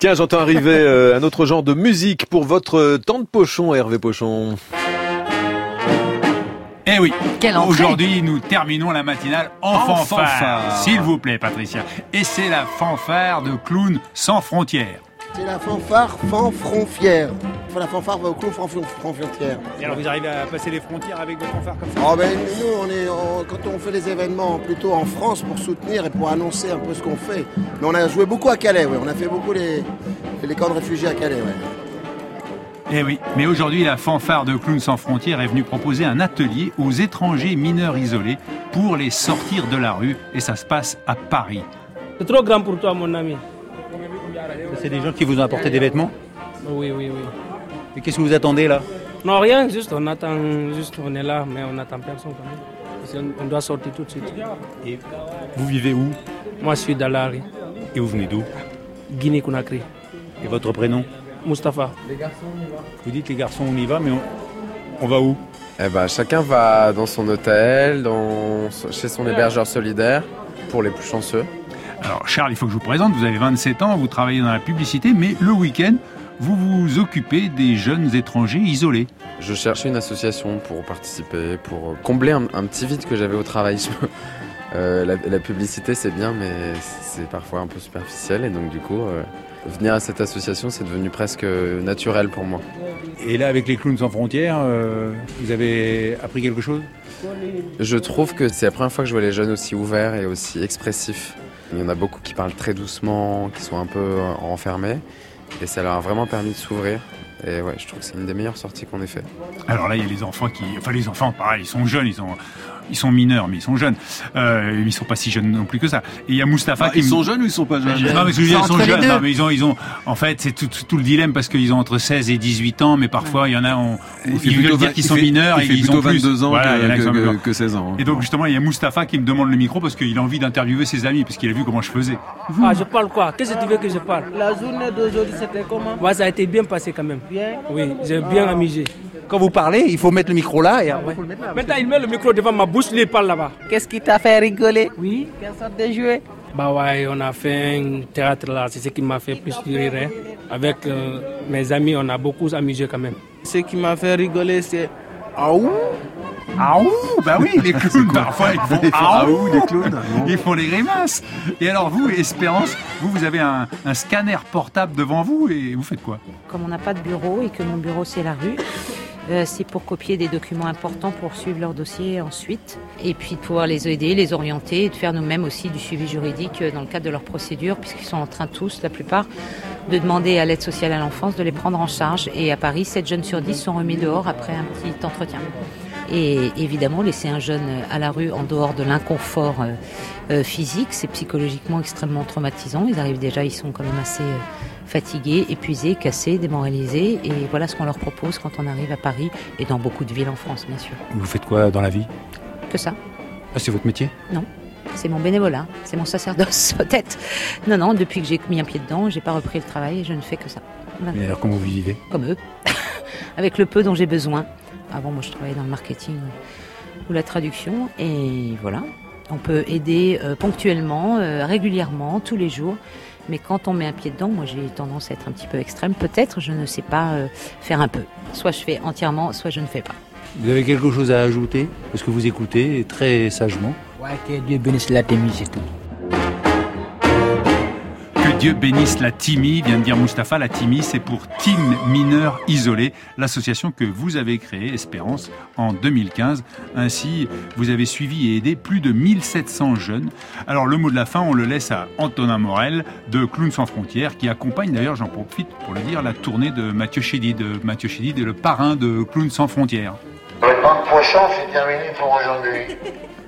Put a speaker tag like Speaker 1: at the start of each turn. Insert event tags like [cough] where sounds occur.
Speaker 1: Tiens, j'entends arriver euh, un autre genre de musique pour votre euh, tante Pochon, Hervé Pochon.
Speaker 2: Eh oui,
Speaker 3: Quelle entrée
Speaker 2: aujourd'hui nous terminons la matinale en,
Speaker 4: En
Speaker 2: fanfare,
Speaker 4: fanfare.
Speaker 2: s'il vous plaît Patricia. Et c'est la fanfare de Clowns sans frontières.
Speaker 5: C'est la fanfare fanfronfière. Enfin, la fanfare va au clou fanfronfière.
Speaker 4: Et alors vous arrivez à passer les frontières avec votre fanfare comme ça
Speaker 5: Oh ben nous, on est, on- quand on fait les événements plutôt en France pour soutenir et pour annoncer un peu ce qu'on fait. Mais on a joué beaucoup à Calais, ouais. on a fait beaucoup les, les camps de réfugiés à Calais. Ouais.
Speaker 2: Eh oui, mais aujourd'hui la fanfare de Clowns sans frontières est venue proposer un atelier aux étrangers mineurs isolés pour les sortir de la rue et ça se passe à Paris.
Speaker 6: C'est trop grand pour toi, mon ami.
Speaker 4: C'est des gens qui vous ont apporté des vêtements
Speaker 6: Oui, oui, oui.
Speaker 4: Et qu'est-ce que vous attendez là
Speaker 6: Non, rien, juste on attend, juste on est là, mais on attend personne quand même. Parce qu'on- on doit sortir tout de suite.
Speaker 4: Vous vivez où
Speaker 6: Moi, je suis Dalari,
Speaker 4: Et vous venez d'où
Speaker 6: Guinée-Conakry,
Speaker 4: Et votre prénom
Speaker 6: Mustapha.
Speaker 4: Vous dites les garçons on y va mais on, on va où
Speaker 7: Eh ben, chacun va dans son hôtel, dans, chez son hébergeur solidaire, pour les plus chanceux.
Speaker 2: Alors Charles, il faut que je vous présente, vous avez 27 ans, vous travaillez dans la publicité, mais le week-end, vous vous occupez des jeunes étrangers isolés.
Speaker 7: Je cherchais une association pour participer, pour combler un, un petit vide que j'avais au travail. Je me- [laughs] Euh, la, la publicité, c'est bien, mais c'est parfois un peu superficiel. Et donc, du coup, euh, venir à cette association, c'est devenu presque naturel pour moi.
Speaker 4: Et là avec les clowns sans frontières, euh, vous avez appris quelque chose
Speaker 7: Je trouve que c'est la première fois que je vois les jeunes aussi ouverts et aussi expressifs. Il y en a beaucoup qui parlent très doucement, qui sont un peu euh, renfermés. Et ça leur a vraiment permis de s'ouvrir. Et ouais, je trouve que c'est une des meilleures sorties qu'on ait fait.
Speaker 2: Alors là, il y a les enfants qui, enfin les enfants, pareil, ils sont jeunes, ils sont, ils sont mineurs, mais ils sont jeunes. Euh, ils sont pas si jeunes non plus que ça. Et il y a Mustapha qui.
Speaker 1: Ah, ils
Speaker 2: me-
Speaker 1: sont jeunes ou ils sont pas jeunes
Speaker 2: Non, mais ce que je veux dire, ils sont
Speaker 3: Entre les
Speaker 2: jeunes.
Speaker 3: deux.
Speaker 2: Non, mais ils ont, ils ont. En fait, c'est tout, tout- tout le dilemme parce qu'ils ont entre 16 et 18 ans, mais parfois il y en a, on,
Speaker 1: Il fait
Speaker 2: ils
Speaker 1: plutôt
Speaker 2: veulent
Speaker 1: vingt-
Speaker 2: dire qu'ils
Speaker 1: il
Speaker 2: sont
Speaker 1: fait-
Speaker 2: mineurs
Speaker 1: il
Speaker 2: et
Speaker 1: fait
Speaker 2: ils
Speaker 1: plutôt
Speaker 2: ont plus.
Speaker 1: 22 ans
Speaker 2: Voilà, il y en a qui sont
Speaker 1: que, que-
Speaker 2: mineurs.
Speaker 1: que 16 ans.
Speaker 2: Et donc justement, il y a Mustapha qui me demande le micro parce qu'il a envie d'interviewer ses amis parce qu'il a vu comment je faisais.
Speaker 6: Ah, je parle quoi Qu'est-ce que tu veux que je parle
Speaker 8: La journée d'aujourd'hui, c'était comment
Speaker 6: Moi, ça a été bien passé quand même.
Speaker 8: Bien
Speaker 6: Oui, j'ai bien amusé.
Speaker 4: Quand vous parlez, il faut mettre le micro là et
Speaker 6: Ouais. Maintenant, il met le micro devant ma bouche, lui, il parle là-bas.
Speaker 8: Qu'est-ce qui t'a fait rigoler
Speaker 6: Oui
Speaker 8: Quelle sorte de jouet
Speaker 6: Bah ouais, on a fait un théâtre là, c'est ce qui m'a fait plus rire. hein. Avec euh, mes amis, on a beaucoup amusé quand même.
Speaker 8: Ce qui m'a fait rigoler, c'est
Speaker 2: Ah ouh, bah oui, [laughs] les clowns parfois ils font ah ouh, [laughs] les clowns. Ils font les grimaces. Et alors vous, Espérance, vous vous avez un, un scanner portable devant vous et vous faites quoi
Speaker 9: comme on n'a pas de bureau et que mon bureau c'est la rue, euh, c'est pour copier des documents importants pour suivre leur dossier ensuite et puis de pouvoir les aider, les orienter et de faire nous-mêmes aussi du suivi juridique euh, dans le cadre de leur procédure puisqu'ils sont en train tous, la plupart, de demander à l'aide sociale à l'enfance de les prendre en charge. Et à Paris, 7 jeunes sur 10 sont remis dehors après un petit entretien. Et évidemment, laisser un jeune à la rue en dehors de l'inconfort euh, euh, physique, c'est psychologiquement extrêmement traumatisant. Ils arrivent déjà, ils sont quand même assez euh, fatigués, épuisés, cassés, démoralisés. Et voilà ce qu'on leur propose quand on arrive à Paris et dans beaucoup de villes en France, bien sûr.
Speaker 4: Vous faites quoi dans la vie
Speaker 9: Que ça.
Speaker 4: Ah, c'est votre métier
Speaker 9: C'est mon bénévolat, c'est mon sacerdoce, [laughs] peut-être. Non, non, depuis que j'ai mis un pied dedans, j'ai pas repris le travail et je ne fais que ça.
Speaker 4: Et alors comment vous vivez
Speaker 9: comme eux, [laughs] avec le peu dont j'ai besoin. Avant, moi, je travaillais dans le marketing ou la traduction, et voilà. On peut aider euh, ponctuellement, euh, régulièrement, tous les jours. Mais quand on met un pied dedans, moi j'ai tendance à être un petit peu extrême. Peut-être, je ne sais pas euh, faire un peu. Soit je fais entièrement, soit je ne fais pas.
Speaker 4: Vous avez quelque chose à ajouter Parce que vous écoutez très sagement.
Speaker 8: Ouais, que Dieu bénisse la témie, c'est tout.
Speaker 2: Que Dieu bénisse la TIMI, vient de dire Mustapha. La TIMI, c'est pour Team Mineurs Isolés, l'association que vous avez créée, Espérance, en 2015. Ainsi, vous avez suivi et aidé plus de 1700 jeunes. Alors, le mot de la fin, on le laisse à Antonin Morel de Clowns sans frontières, qui accompagne d'ailleurs, j'en profite pour le dire, la tournée de Mathieu Chédid. Mathieu Chédid est le parrain de Clowns sans frontières.
Speaker 10: Le temps prochain, c'est terminé pour aujourd'hui.